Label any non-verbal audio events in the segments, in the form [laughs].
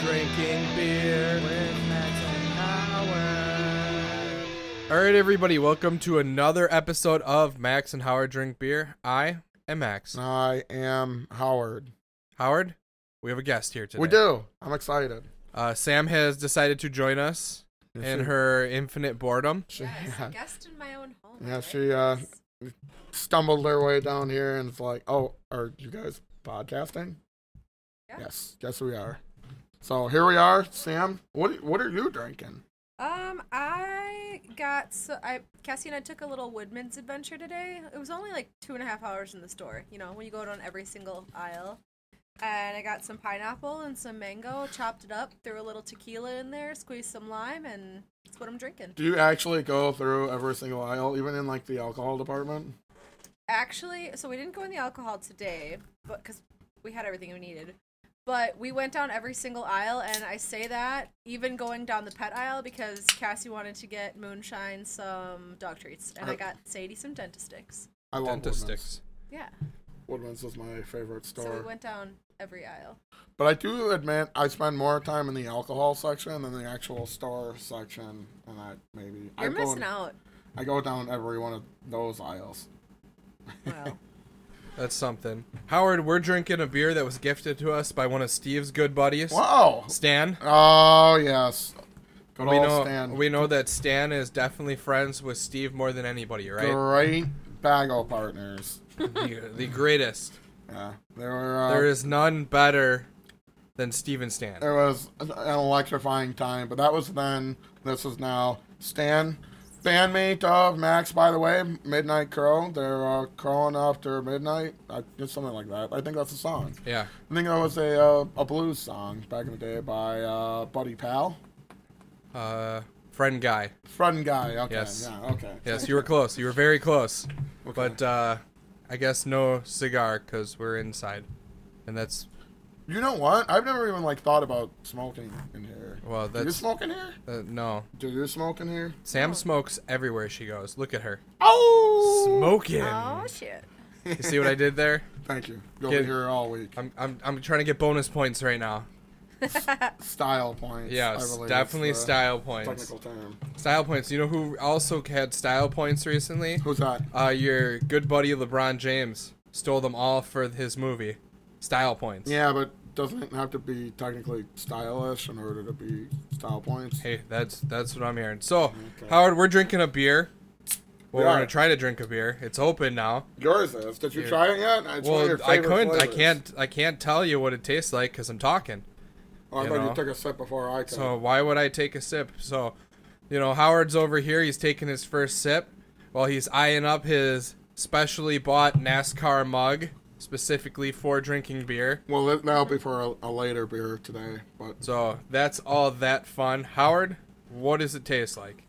drinking beer with Max and Howard. All right, everybody, welcome to another episode of Max and Howard Drink Beer. I am Max. I am Howard. Howard, we have a guest here today. We do. I'm excited. Uh, Sam has decided to join us in her infinite boredom. She, Yes, [laughs] yeah, guest in my own home. Yeah, right? she, uh, stumbled their way down here and it's like, oh, are you guys podcasting? Yeah. Yes, yes we are. So here we are, Sam. What what are you drinking? Um, I got so I Cassie and I took a little Woodman's adventure today. It was only like two and a half hours in the store. You know, when you go down every single aisle. And I got some pineapple and some mango, chopped it up, threw a little tequila in there, squeezed some lime, and that's what I'm drinking. Do you actually go through every single aisle, even in like the alcohol department? Actually, so we didn't go in the alcohol today, but because we had everything we needed. But we went down every single aisle, and I say that even going down the pet aisle because Cassie wanted to get Moonshine some dog treats, Uh-huh. and I got Sadie some dentist sticks. I love Dentist Woodman's. sticks. Yeah, Woodman's is my favorite store. so we went down every aisle. But I do admit I spend more time in the alcohol section than the actual store section, and I maybe I You're go missing in- out. I go down every one of those aisles. [laughs] Wow. That's something. Howard, we're drinking a beer that was gifted to us by one of Steve's good buddies, Wow! Stan. Oh yes, good we old know Stan. we know that Stan is definitely friends with Steve more than anybody, right? Great bagel partners. the, the greatest. Yeah, there were. Uh, There there, is none better than Steve and Stan. was an electrifying time, but that was then. This is now. Stan, bandmate of Max, by the way, Midnight Crow. They're uh, crowing after midnight. I, it's something like that. I think that's a song. Yeah. I think that was a uh, a blues song back in the day by uh, Buddy Pal, Uh, friend guy. friend guy. Okay, Yes. yeah, okay. Yes, you were close. You were very close. Okay. But uh, I guess no cigar because we're inside, and that's You know what? I've never even like thought about smoking in here. Well, Do you that's- smoke in here? uh, no. Do you smoke in here? Sam Oh. smokes everywhere she goes. Look at her Oh! smoking. oh shit. You see what I [laughs] did there? Thank you. You'll Get- be here all week. I'm I'm I'm trying to get bonus points right now. Style points. I Yes, believe, definitely is the style points. Technical term. Style points. You know who also had style points recently? Who's that? Uh, your good buddy LeBron James stole them all for his movie. Style points. Yeah, but doesn't it have to be technically stylish in order to be style points? Hey, that's that's what I'm hearing. So, Okay. Howard, we're drinking a beer. Well, We we are are. gonna try to drink a beer. It's open now. Yours is. Did you Here. try it yet? It's one of well, your I favorite couldn't. I flavors. can't. I can't tell you what it tastes like because I'm talking. Oh, I you thought know. you took a sip before I could. So why would I take a sip? So, you know, Howard's over here. He's taking his first sip while he's eyeing up his specially bought NASCAR mug specifically for drinking beer. well, that- that'll be for a, a later beer today, but So that's all that fun. Howard, what does it taste like?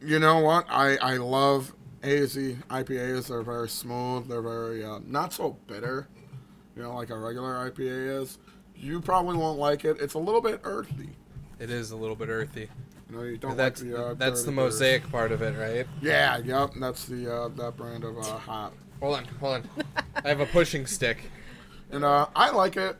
You know what? I, I love E. hazy IPAs. They're very smooth. They're very uh, not so bitter. You know, like a regular IPA is. You probably won't like it. It's a little bit earthy. It is a little bit earthy. You know, you don't that's like the uh, that's the dirty mosaic part of it, right? beers. Yeah, yep. That's the uh, that brand of uh, hop. Hold on, hold on. [laughs] I have a pushing stick. And uh, I like it.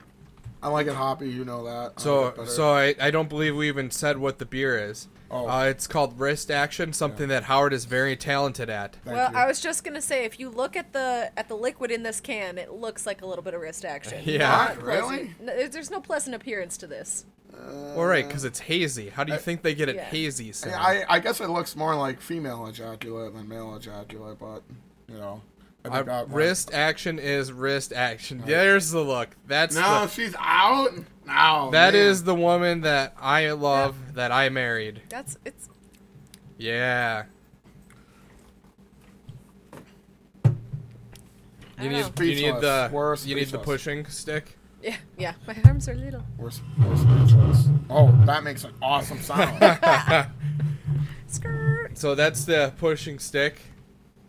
I like it hoppy. You know that. I like So it bitter. so I, I don't believe we even said what the beer is. Oh. Uh, it's called wrist action, something that Howard is very talented at. Thank well, you. I was just gonna say, if you look at the at the liquid in this can, it looks like a little bit of wrist action. [laughs] Yeah. Not What? pleasant. Really? No, there's- there's no pleasant appearance to this. Uh, All right, because it's hazy. How do you think they get it yeah. hazy? Sam? I I guess it looks more like female ejaculate than male ejaculate, but you know. I think Uh, that might- wrist action is wrist action. There's the look. That's No, the, she's out. No. that man. is the woman that I love that I married. That's it's Yeah. I You need don't know. you need the Speechless. We're you need the speechless. pushing stick. yeah yeah. My arms are little. We're, s- we're speechless. Oh, that makes an [laughs] awesome sound. Skirt. So that's the pushing stick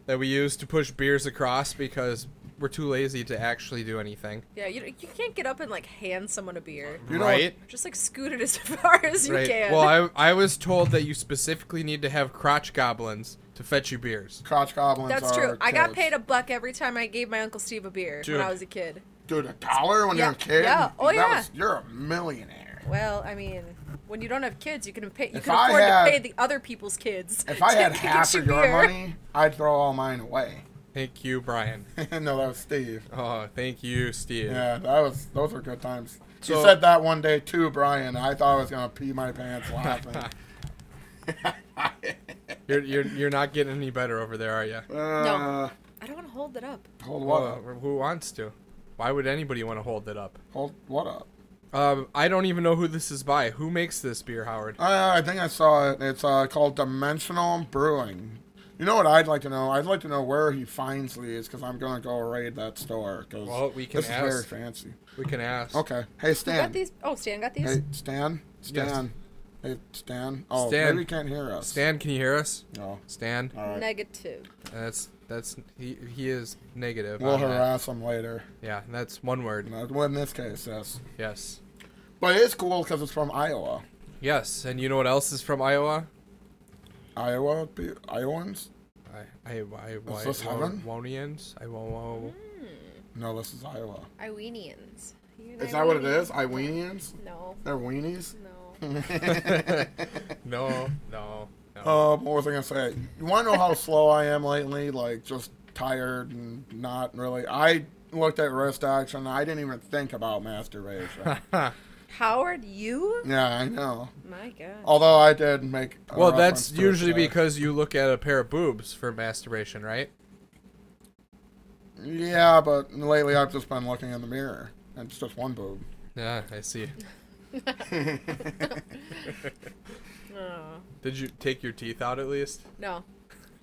that we use to push beers across because we're too lazy to actually do anything. Yeah, you, you can't get up and like hand someone a beer. You know right? Just like scoot it as [laughs] far as you right. can. Well, I I was told that you specifically need to have crotch goblins to fetch you beers. Crotch goblins. [laughs] that's are true. I got kids. paid a buck every time I gave my uncle Steve a beer Dude. when I was a kid. Dude, a dollar when Yeah, you're a kid. yeah, oh That yeah. was- you're a millionaire. Well, I mean, when you don't have kids, you can pay. You If can I afford had- to pay the other people's kids. [laughs] If I had to get half you of your beer. money, I'd throw all mine away. [laughs] Thank you, Brian. no, that was Steve. Oh, thank you, Steve. Yeah, that was those were good times. So- you said that one day too, Brian. I thought I was gonna pee my pants laughing. [laughs] [laughs] you're, you're you're not getting any better over there, are you? Uh, I don't want to hold it up. Hold what Well, up? who wants to? Why would anybody want to hold it up? Hold what up? Um, I don't even know who this is by. Who makes this beer, Howard? Uh, I think I saw it. It's uh, called Dimensional Brewing. You know what I'd like to know? I'd like to know where he finds these because I'm gonna go raid that store. 'cause Well, we can this is ask. very fancy. We can ask. Okay. Hey Who Stan. got these? Oh, Stan got these. Hey Stan. Stan. Hey Stan. Oh, Stan. maybe he can't hear us. Stan, can you hear us? No. Stan, All right. Negative. that's that's he he is negative. we'll on that. harass him later. Yeah, that's one word. No, Well, in this case, yes. Yes. But it is cool because it's from Iowa. Yes, and you know what else is from Iowa? Iowa, pe- Iowans? I I I I this heaven? Iowanians. I wo- No, this is Iowa. Iwenians. You and Is that what it is? Iwenians? Iwenians? No, They're weenies? no. [laughs] um, Mm-hmm. no [laughs] no no. what was I gonna say? You want to know how slow I am lately? Like just tired and not really. I looked at wrist action. I didn't even think about [laughs] masturbation. Howard, you? yeah, I know. My God. Although I did make. a well, reference that's to it uh, usually today. because you look at a pair of boobs for masturbation, right? Yeah, but lately I've just been looking in the mirror. and It's just one boob. Yeah, I see. Oh. No. Did you take your teeth out at least? [laughs] No.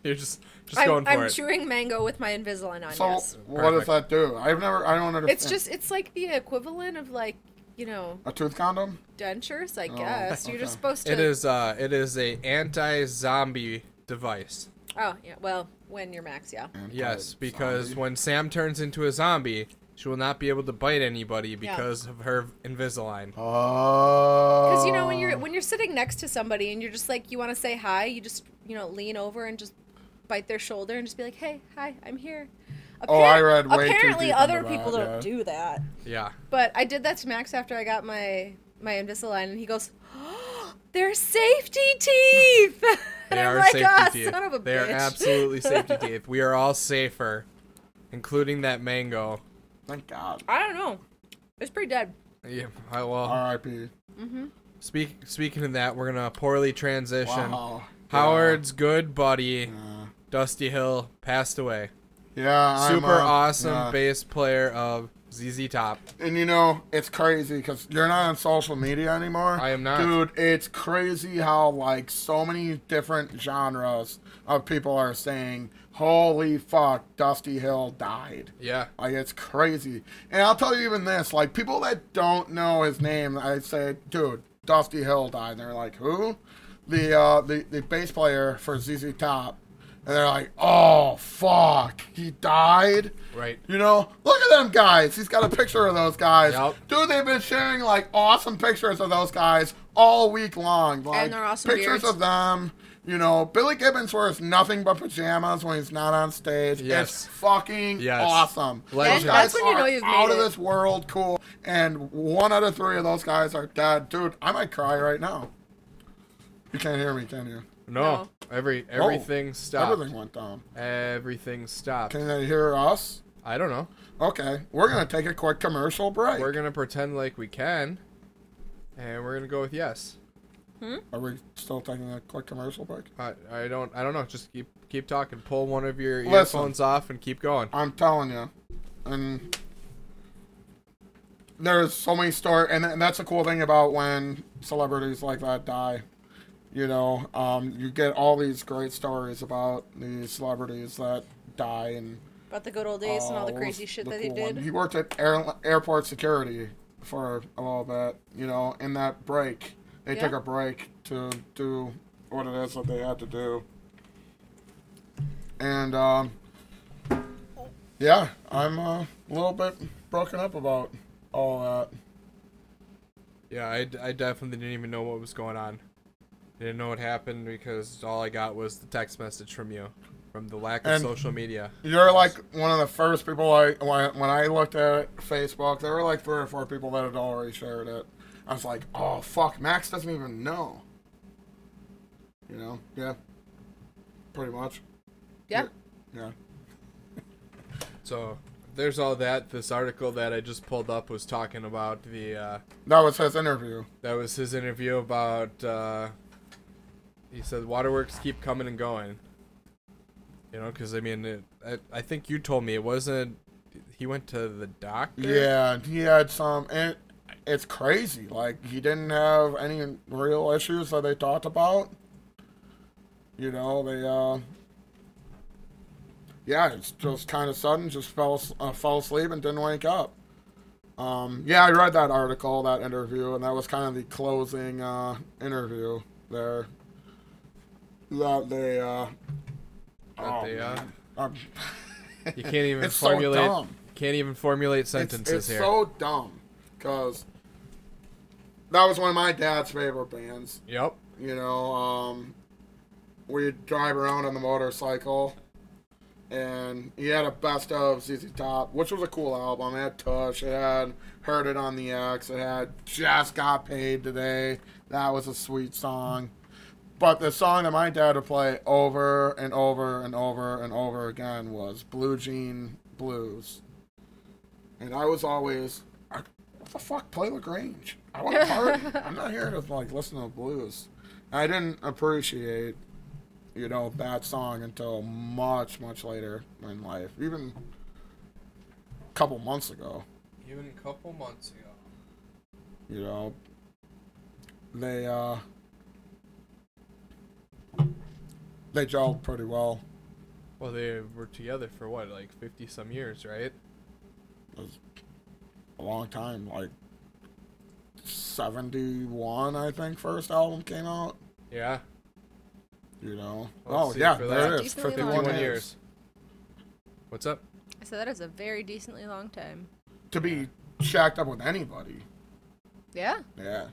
You're just just I'm, going for I'm it. chewing mango with my Invisalign on. So yes. [laughs] what does Perfect. that do? I've never. I don't understand. It's just it's like the equivalent of like you know a tooth condom. dentures, I Oh, guess. You're just okay. supposed to. It is uh it is a anti-zombie device. Oh yeah. Well, when you're max, yeah. Yes, Anti- because zombie. when Sam turns into a zombie, she will not be able to bite anybody because of her Invisalign. Oh. Because you know when you're when you're sitting next to somebody and you're just like you want to say hi, you just you know lean over and just bite their shoulder and just be like, hey, hi, I'm here. Oh, I read way too apparently deep other into people that, don't yeah. do that, Yeah. but I did that to Max after I got my my Invisalign, and he [gasps] goes, oh, "They're safety [laughs] teeth." and They I'm are like, safety "Ah, teeth. son of a they bitch." are [laughs] absolutely [laughs] safety teeth. We are all safer, including that mango. Thank God. I don't know. It's pretty dead. Yeah. I, Uh, well, R.I.P. speak, speaking of that, we're gonna poorly transition. Wow. Howard's good buddy, Yeah. Dusty Hill, passed away. Yeah, I'm, Super uh, awesome yeah. bass player of ZZ Top. And you know, it's crazy because you're not on social media anymore. I am not. Dude, it's crazy how, like, so many different genres of people are saying, holy fuck, Dusty Hill died. Yeah. Like, it's crazy. And I'll tell you even this, like, people that don't know his name, I say, dude, Dusty Hill died. And they're like, who? The, uh, the, the bass player for ZZ Top. And they're like, oh, fuck, he died? Right. You know, look at them guys. He's got a picture of those guys. Yup. Dude, they've been sharing like awesome pictures of those guys all week long. Like, they're awesome pictures beards. of them. You know, Billy Gibbons wears nothing but pajamas when he's not on stage. Yes. It's fucking Yes. awesome. Legend. Those guys That's when you know are you've made out of it. this world cool. And one out of three of those guys are dead. Dude, I might cry right now. You can't hear me, can you? No. Every everything stopped. Everything went down. Everything stopped. Can they hear us? I don't know. Okay, we're gonna take a quick commercial break. We're gonna pretend like we can, and we're gonna go with yes. Are we still taking a quick commercial break? I, I don't I don't know. Just keep keep talking. Pull one of your Listen. earphones off and keep going. I'm telling you, and there's so many stories, and, and that's the cool thing about when celebrities like that die. You know, um, you get all these great stories about these celebrities that die and About the good old days and all the Oh, crazy what's shit the that they cool one? did. He worked at air, airport security for a little bit, you know, in that break. They Yeah. took a break to do what it is that they had to do. And, um, yeah, I'm uh, a little bit broken up about all that. Yeah, I, d- I definitely didn't even know what was going on. Didn't know what happened because all I got was the text message from you, from the lack of And- social media. You're like one of the first people I when I- when I looked at Facebook. There were like three or four people that had already shared it. I was like, oh fuck, Max doesn't even know. You know? Yeah. Pretty much. Yeah. Yeah. So there's all that. This article that I just pulled up was talking about the uh, That was his interview. that was his interview about. Uh, he said waterworks keep coming and going. You know, because I mean, it, I I think you told me it wasn't. He went to the doctor. Yeah, he had some, and it's crazy. Like he didn't have any real issues that they talked about. You know, they, uh, yeah, it's just kind of sudden. Just fell as- uh, fell asleep and didn't wake up. Um, yeah, I read that article, that interview, and that was kind of the closing uh, interview there. That they, uh, oh, they, uh, man. Um, You can't even [laughs] It's so formulate. dumb. Can't even formulate sentences it's, it's here. so dumb because that was one of my dad's favorite bands. yep. You know, um, we'd drive around on the motorcycle, and he had a best of ZZ Top, which was a cool album. It had Tush, it had Heard It on the X, it had Just Got Paid Today. That was a sweet song. But the song that my dad would play over and over and over and over again was Blue Jean Blues. And I was always, I, what the fuck, play LaGrange? I want to party. I'm not here to like listen to blues. I didn't appreciate, you know, that song until much, much later in life. Even a couple months ago, Even a couple months ago. you know, they uh, they gelled pretty well. Well, they were together for what, like fifty some years, right? It was a long time, like '71, I think. First album came out. Yeah. You know. Let's oh see yeah, for there that. it is. Decently 51 long. Fifty-one years. What's up? So that is a very decently long time. To be shacked up with anybody. [laughs] Yeah. Yeah.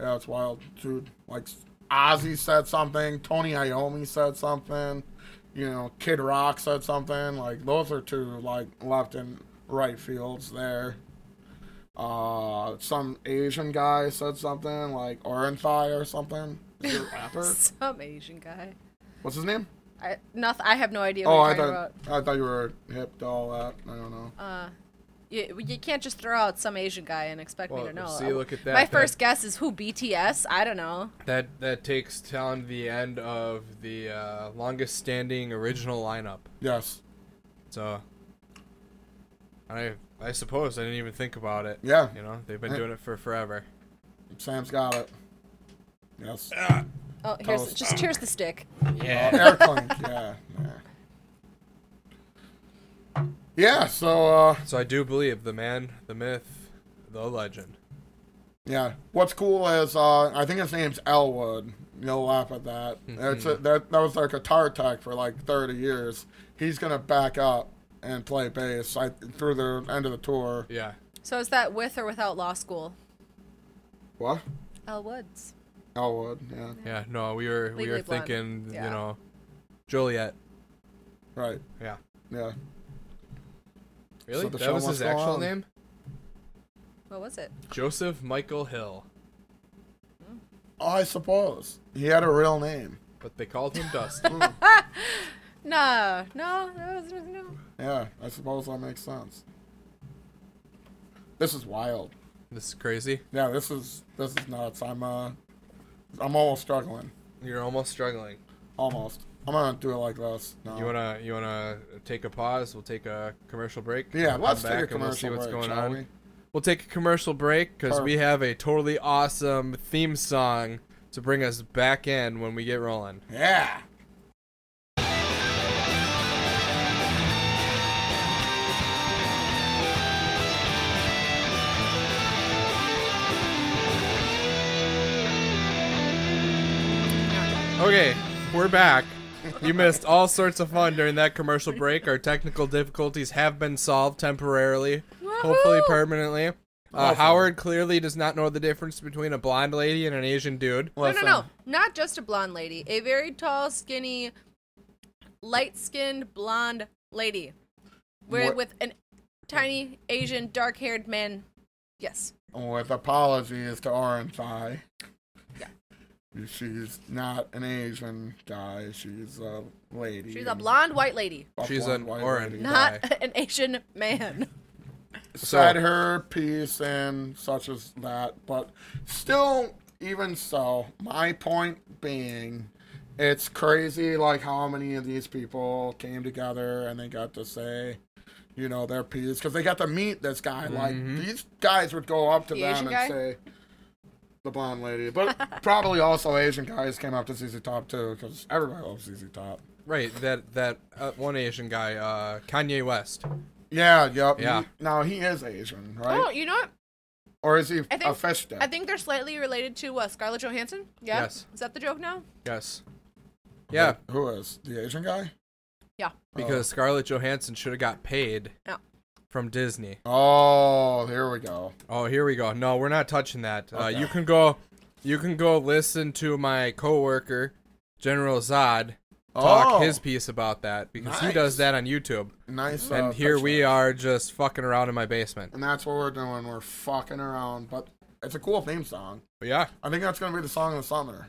Yeah, it's wild, dude. Like Ozzy said something, Tony Iommi said something, you know, Kid Rock said something. Like those are two like left and right fields there. Uh, some Asian guy said something like Orenthai or something. Is he a rapper? Some Asian guy. What's his name? I nothing. I have no idea what Oh, you're I talking thought I thought you were hip to all that. I don't know. about. Uh, you, you can't just throw out some Asian guy and expect Well, me to know. see, look at that. My that, first guess is who BTS. I don't know. That that takes down the end of the uh, longest standing original lineup. Yes. So. I I suppose I didn't even think about it. Yeah. You know they've been Yeah. doing it for forever. Sam's got it. Yes. Oh, here's Toast. just here's the stick. [laughs] Uh, air clink, yeah. Yeah. Yeah, so uh [laughs] So I do believe the man, the myth, the legend. yeah. What's cool is uh I think his name's Elwood. You'll laugh at that. It's a, that that was their guitar tech for like thirty years. He's gonna back up and play bass I, through the end of the tour. Yeah. So is that with or without law school? What? Elle Woods. Elwood, yeah. Yeah. No, we were we Legally were Blonde. thinking, Yeah. you know, Juliet. Right. Yeah. Yeah. Really? the that show was must his go actual on. name? What was it? Joseph Michael Hill. Oh, I suppose. He had a real name. But they called [laughs] him Dusty. No, no, that was no. Yeah, I suppose that makes sense. This is wild. this is crazy. Yeah, this is this is nuts. I'm uh, I'm almost struggling. You're almost struggling. Almost. I'm gonna do it like this. No. You wanna you wanna take a pause? We'll take a commercial break. Yeah, Come let's take a back and commercial we'll see what's break, going shall on. we? We'll take a commercial break because we Perfect. have a totally awesome theme song to bring us back in when we get rolling. Yeah. Okay, we're back. [laughs] You missed all sorts of fun during that commercial break. Our technical difficulties have been solved temporarily, hopefully Woohoo! permanently. Uh, Awesome. Howard clearly does not know the difference between a blonde lady and an Asian dude. No, no, Listen. no. Not just a blonde lady. A very tall, skinny, light-skinned blonde lady, with, What- with an tiny Asian dark-haired man Yes. with apologies to Orange Eye. Yeah. She's not an Asian guy. She's a lady. She's a blonde white lady, She's an orange. lady. not Right. [laughs] an Asian man. said her piece and such as that, but still, even so, my point being, it's crazy like how many of these people came together and they got to say, you know, their piece because they got to meet this guy. Like these guys would go up to The them Asian and guy? say. The blonde lady, [laughs] but probably also Asian guys came up to ZZ Top too, because everybody loves ZZ Top. Right, that that uh, one Asian guy, uh, Kanye West. Yeah, yep. Yeah. He, now he is Asian, right? Oh, you know what? or is he think- a fish dick? I think they're slightly related to uh, Scarlett Johansson. Yeah? Yes. Is that the joke now? Yes. Yeah, Who is the Asian guy? Yeah. because Scarlett Johansson should have got paid Yeah. from Disney. Oh, here we go. Oh, here we go. No, we're not touching that. Uh, Okay. you can go, you can go listen to my coworker, General Zod, talk Oh. his piece about that because he Nice. does that on YouTube. Nice. uh, and here we touchdown. are just fucking around in my basement. And that's what we're doing. We're fucking around, but it's a cool theme song. But yeah, I think that's gonna be the song of the summer.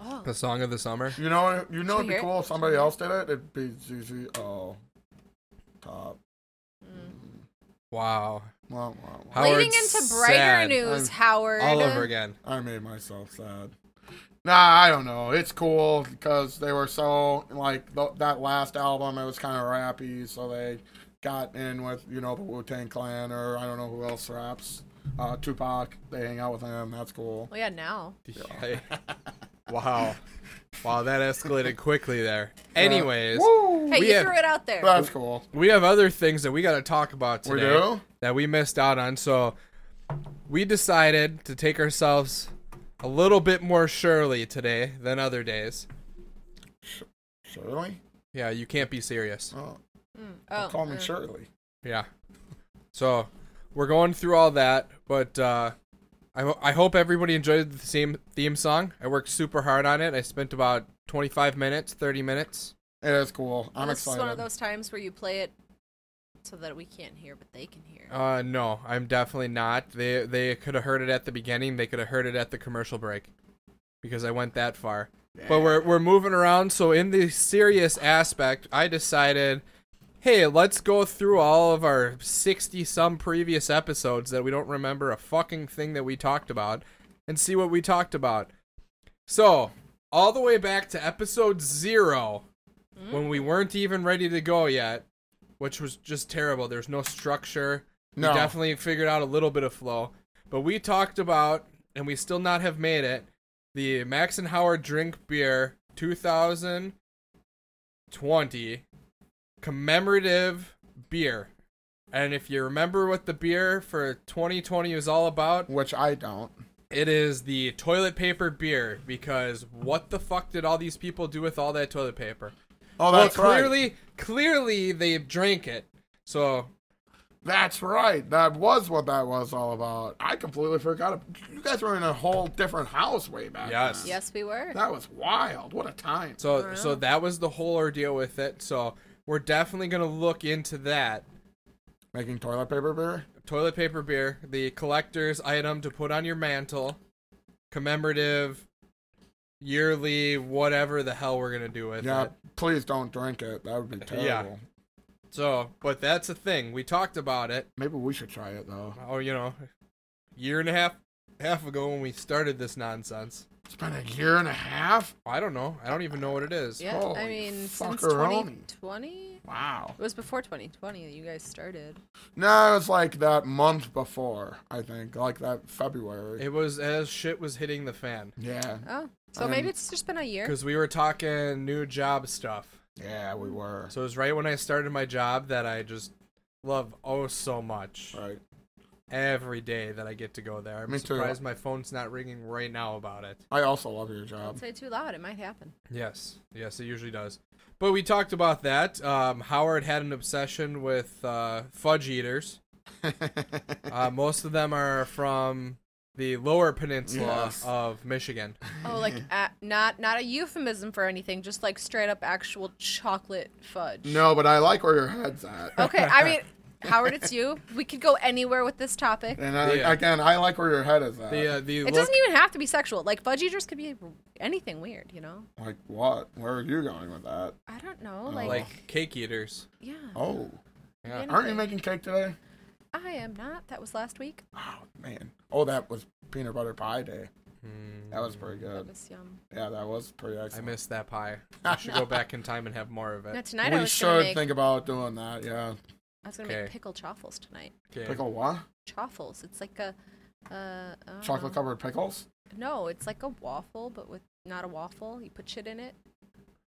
Oh. the song of the summer. You know, you know, it'd Should we be hear it? cool if somebody else did it. It'd be ZZ. Oh, top. Wow. Wow, wow, wow. Howard's Leading into brighter sad news, I'm Howard. All over again. I made myself sad. Nah, I don't know. It's cool because they were so like th- that last album. It was kind of rappy, so they got in with you know the Wu Tang Clan or I don't know who else raps. Uh, Tupac. They hang out with him. That's cool. Well, yeah, now. [laughs] wow. Wow, that escalated quickly there. Anyways, Woo! Hey, We you have- threw it out there. That's cool. we have other things that we got to talk about We today do. that we missed out on. So we decided to take ourselves a little bit more surely today than other days. Shirley. Yeah, you can't be serious. Oh, oh, call me uh, Shirley. Yeah. So we're going through all that, but uh, I, ho- I hope everybody enjoyed the same theme song. I worked super hard on it. I spent about 25 minutes, 30 minutes. It is cool. I'm this excited. is one of those times where you play it so that we can't hear, but they can hear. Uh, no, I'm definitely not. They they could have heard it at the beginning. They could have heard it at the commercial break, because I went that far. But we're we're moving around. So in the serious aspect, I decided, hey, let's go through all of our sixty some previous episodes that we don't remember a fucking thing that we talked about, and see what we talked about. So all the way back to episode 0 when we weren't even ready to go yet. Which was just terrible. There's no structure. no. We definitely figured out a little bit of flow. But we talked about, and we still not have made it, the Max and Howard Drink Beer 2020 commemorative beer. And if you remember what the beer for 2020 is all about, Which I don't. it is the toilet paper beer. Because what the fuck did all these people do with all that toilet paper? Oh, that's well, right. clearly, clearly they drank it. So That's right. That was what that was all about. I completely forgot. You guys were in a whole different house way back. Yes. then. yes, we were. That was wild. What a time. So so that was the whole ordeal with it. So we're definitely gonna look into that Making toilet paper beer. toilet paper beer, the collector's item to put on your mantle, commemorative, yearly, whatever the hell we're gonna do with yeah. it. Please don't drink it. That would be terrible. So, but that's a thing. We talked about it. Maybe we should try it though. Oh, you know, year and a half half ago when we started this nonsense. It's been a year and a half. I don't know. I don't even know what it is. yeah, holy I mean, since fuckeroni. 2020? Wow. It was before 2020 that you guys started. No, it was like that month before. I think like that February. It was as shit was hitting the fan yeah. Oh, so Um, maybe it's just been a year. because we were talking new job stuff. Yeah, we were. So it was right when I started my job that I just love oh so much. Right. Every day that I get to go there. I'm Me too. surprised my phone's not ringing right now about it. I also love your Don't job. say too loud. It might happen. Yes. Yes, it usually does. But we talked about that. Um, Howard had an obsession with uh, fudge [laughs] eaters. Uh, most of them are from the lower peninsula Yes. of [laughs] Michigan. [laughs] Oh, like a not not a euphemism for anything, just like straight up actual chocolate [laughs] fudge. no, but I like where your head's at. Okay, I mean, Howard, it's you. We could go anywhere with this topic. And I, Yeah. again, I like where your head is at. The uh, the It look, doesn't even have to be sexual. Like fudge eaters could be anything weird, you know. Like what? Where are you going with that? I don't know. No. Like, like cake eaters. yeah. Oh, Yeah. aren't you Anything. making cake today? I am not. That was last week. Oh man. Oh, that was peanut butter pie day. That was pretty That good. was um, yum. Yeah, that was pretty Hmm. I excellent. missed that [laughs] pie. I should go back in time and have more of Now it. tonight I we was gonna should make. think about doing that. Yeah. I was gonna make Okay. pickle chaffles tonight. Okay. Pickle what? Uh-huh. Chaffles. It's like a. Uh, I don't Chocolate know. covered pickles. No, it's like a waffle, but with not a waffle. You put shit in it.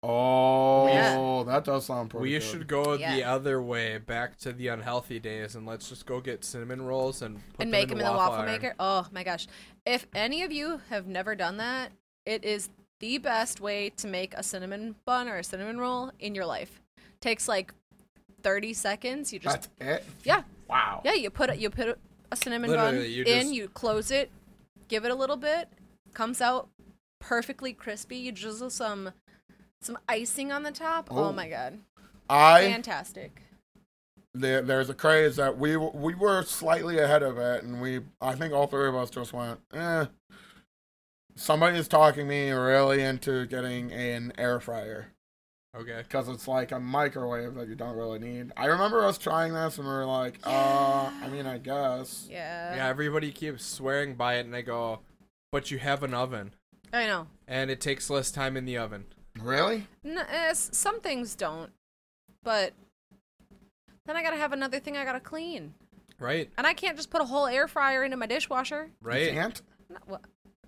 Oh, Yeah. that does sound pretty. We good. should go the Yeah. other way, back to the unhealthy days, and let's just go get cinnamon rolls and put and make them them in the waffle iron. maker. Oh my gosh. If any of you have never done that, it is the best way to make a cinnamon bun or a cinnamon roll in your life. Takes like 30 seconds. You just That's it. Yeah. Wow. Yeah, you put it you put a cinnamon bun Literally, you in, just- you close it, give it a little bit, comes out perfectly crispy. You drizzle some some icing on the top. Oh, Oh. my god. I Fantastic. there, there's a craze that we we were slightly ahead of it, and we I think all three of us just went, eh. Somebody is talking me really into getting an air fryer Okay. because it's like a microwave that you don't really need. I remember us trying this and we were like, uh, I mean, I guess. Yeah. Yeah, everybody keeps swearing by it, and I go, but you have an oven, I know. and it takes less time in the oven. Really? N- eh, s- some things don't, but then I gotta have another thing I gotta clean, Right? and I can't just put a whole air fryer into my dishwasher. You Right? can't? No, wha-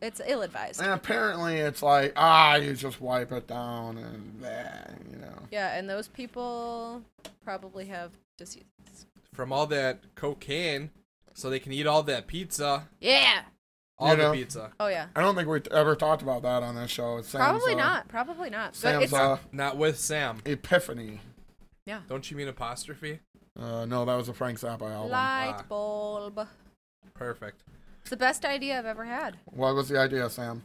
It's ill-advised. And apparently it's like, ah, you just wipe it down and, eh, you know. Yeah, and those people probably have diseases. From all that cocaine, so they can eat all that pizza. Yeah. All You the know. pizza. Oh yeah. I don't think we ever talked about that on this show. It's Sam's, Probably uh, not. Probably not. But Sam's it's uh, Not with Sam. epiphany. Don't you mean apostrophe? Uh, no, that was a Frank Zappa album. light Ah. bulb. Perfect. It's the best idea I've ever had. What was the idea, Sam?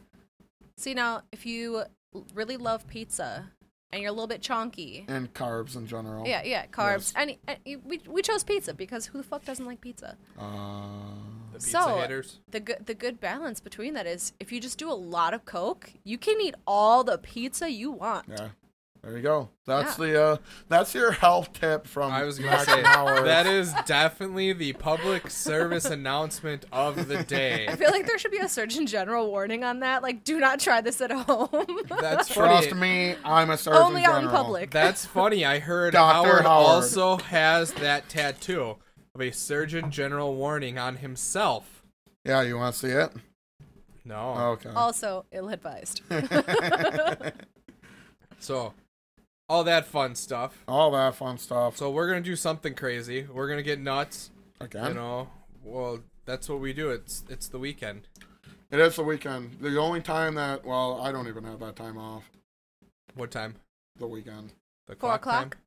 See now, if you l- really love pizza and you're a little bit chonky, And carbs in general. Yeah, yeah, Mm. Yes. carbs. Any, any we we chose pizza because who the fuck doesn't like pizza? The Uh, pizza So- haters. The good the good balance between that is if you just do a lot of coke, you can eat all the pizza you want. yeah. There you go. That's the uh, that's your health tip from I was gonna Max say Howard. that is definitely the public service announcement of the I day. [laughs] feel like there should be a Surgeon General warning on that. Like, do not try this at home. [laughs] That's Trust funny. me, I'm a surgeon Only out in general. public. That's funny. I heard Dr. Howard, Howard. also has that tattoo of a Surgeon General warning on himself. Yeah, you want to see it? No. Okay. also ill-advised. So, all that fun stuff. All that fun stuff. So we're gonna do something crazy. We're gonna get nuts. Again, You know. Well, that's what we do. It's it's the weekend. it is the weekend. The only time that well, I don't even have that time off. What time? The weekend. The Four time? o'clock?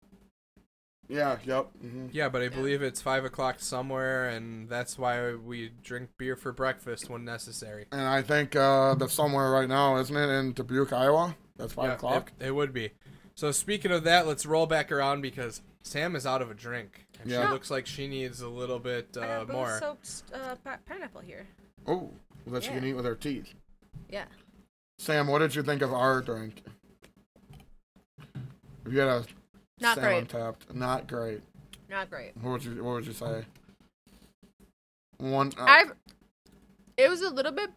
Yeah. Yep. hmm Yeah, but I believe it's five o'clock somewhere, and that's why we drink beer for breakfast when necessary. And I think uh, the somewhere right now, isn't it, in Dubuque, Iowa? That's five Yeah, o'clock. It, it would be. So speaking of that, let's roll back around because Sam is out of a drink, and Yeah. she looks like she needs a little bit uh, more. soaked uh, pineapple here. Oh, that you can Yeah. eat with her teeth. Yeah. Sam, what did you think of our drink? If you had a Not Sam great. untapped, not great. Not great. What would you What would you say? One. Uh, I. It was a little bit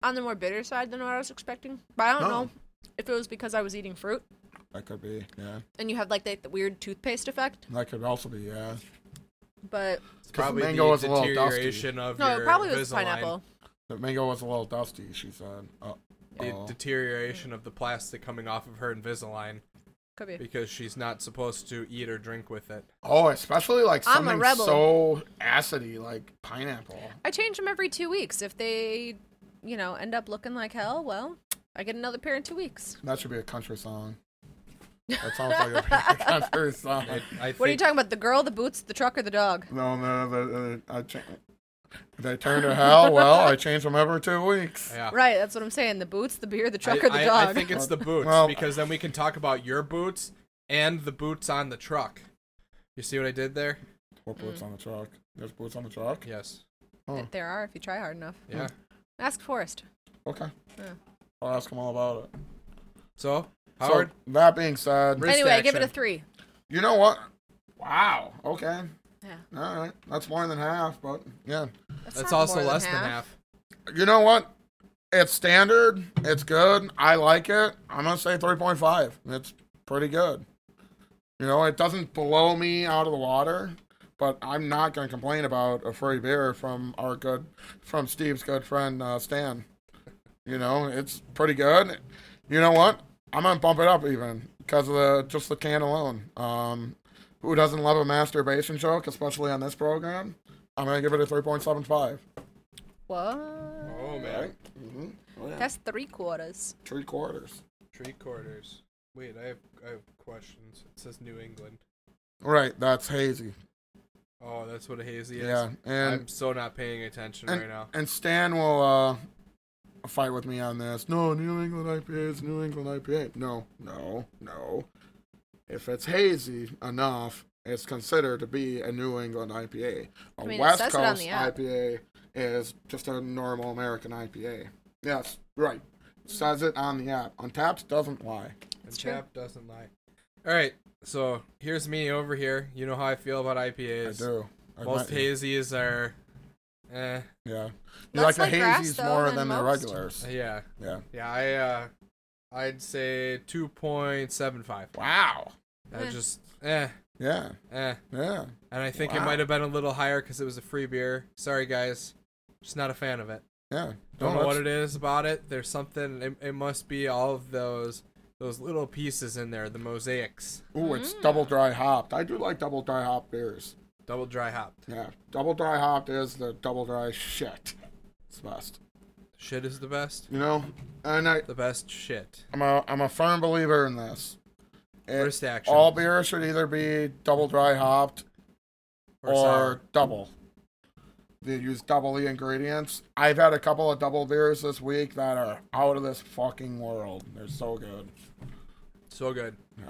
on the more bitter side than what I was expecting, but I don't Oh. know if it was because I was eating fruit that could be. Yeah. and you have like the, the weird toothpaste effect, That could also be. Yeah. but It's 'Cause the probably mango the is a little dusty. deterioration of no, your it probably was Invisalign, pineapple. The mango was a little dusty. She said. Uh, The oh. deterioration of the plastic coming off of her Invisalign Could be. because she's not supposed to eat or drink with it. oh, especially like I'm a something rebel. so acidy, like pineapple. I change them every two weeks. If they, you know, end up looking like hell, well, I get another pair in two weeks. That should be a country song. That sounds like a [laughs] country song. I What are you think- talking about? The girl, the boots, the truck, or the dog? No, no, the, the, I cha- they turned to hell. Well, I change them every two weeks. Yeah. Right, that's what I'm saying. The boots, the beer, the truck, or Ah. the I, I, dog. I think it's the boots Well- because then we can talk about your boots and the boots on the truck. You see what I did there? Or boots on the truck. There's boots on the truck. Yes. Oh. There are if you try hard enough. Yeah. Hmm. Ask Forrest. Okay. Yeah. I'll ask him all about it. So Howard, So that being said, Wrist anyway, give it a action. three. you know what? Wow. Okay. Yeah. All right. That's more than half, but yeah. that's not also more less than half. You know what? It's standard. It's good. I like it. I'm gonna say 3.5. It's pretty good. You know, it doesn't blow me out of the water, but I'm not gonna complain about a free beer from our good, from Steve's good friend uh, Stan. You know, it's pretty good. You know what? I'm gonna bump it up even because of the just the can alone. Um, who doesn't love a masturbation joke, especially on this program? I'm gonna give it a 3.75. What? Oh Right? Mm-hmm. Oh, yeah. That's three quarters. Three quarters. Three quarters. Wait, I have I have questions. It says New England. Right, that's hazy. Oh, that's what a hazy is. Yeah, I'm and so not paying attention and, right [laughs] now. and Stan will uh, fight with me on this. No, New England IPA is New England IPA. No, no, no. If it's hazy enough, it's considered to be a New England IPA. A I mean, it West says it on Coast the app. IPA is just a normal American IPA. Yes, right. Says it on the app. Untapped doesn't lie. And It's true. Chap doesn't lie. All right, so here's me over here. You know how I feel about I IPAs. do. I Most might- hazies are, eh, Yeah. You Less like the like grass, hazies though, more than than, the most. regulars. yeah, Yeah. yeah. I uh, I'd say two point seven five. Wow. I Eh. just eh, Yeah. eh. Yeah. And I think it Wow. might have been a little higher because it was a free beer. Sorry guys, just not a fan of it. Yeah. Don't know what it is about it. There's something. It, it must be all of those those little pieces in there, the mosaics, Ooh, it's double dry hopped. I do like double dry hopped beers. double dry hopped. Yeah. Double dry hopped is the double dry shit. It's the best. Shit is the best. You know? And I, The best shit. I'm a I'm a firm believer in this. It- Wrist action. all beers should either be double dry hopped or, sour. double. They use double the ingredients. I've had a couple of double beers this week that are out of this fucking world. They're so good. So good. Yeah.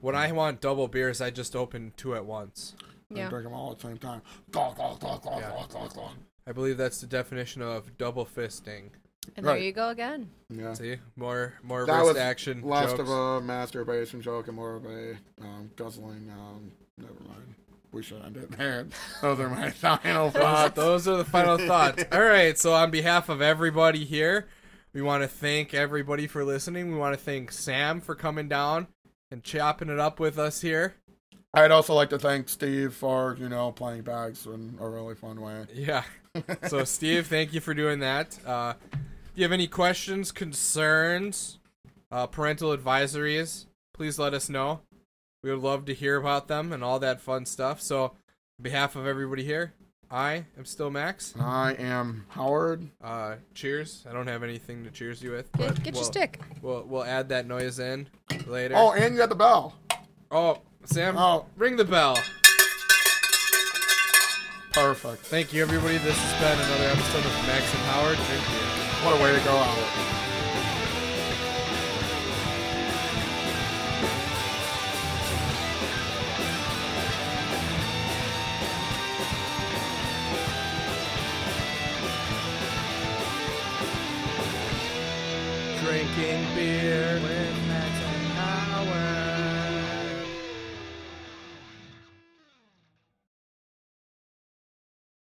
When I want double beers, I just open two at once. You Yeah. drink them all at the same time. Glug, glug, glug, glug, glug, glug, glug. I believe that's the definition of double fisting. And Right. there you go again. Yeah. See, more more That wrist was action. less jokes. of a masturbation joke and more of a um, guzzling. Um, never mind. We should end it there. [laughs] Those are my final Uh, thoughts. those are the final thoughts. All right. So, on behalf of everybody here, we want to thank everybody for listening. We want to thank Sam for coming down and chopping it up with us here. I'd also like to thank Steve for you know playing bags in a really fun way. Yeah. So, Steve, thank you for doing that. Uh, if you have any questions, concerns, uh, parental advisories, please let us know. We would love to hear about them and all that fun stuff. So, on behalf of everybody here, I am still Max. I am Howard. Uh, cheers. I don't have anything to cheers you with. Get, but get your we'll- stick. We'll we'll add that noise in later. Oh, and you got the bell. Oh, Sam, Oh. ring the bell. Perfect. Thank you, everybody. This has been another episode of Max and Howard. Thank you. What a way to go out. Drinking beer with Max and Howard.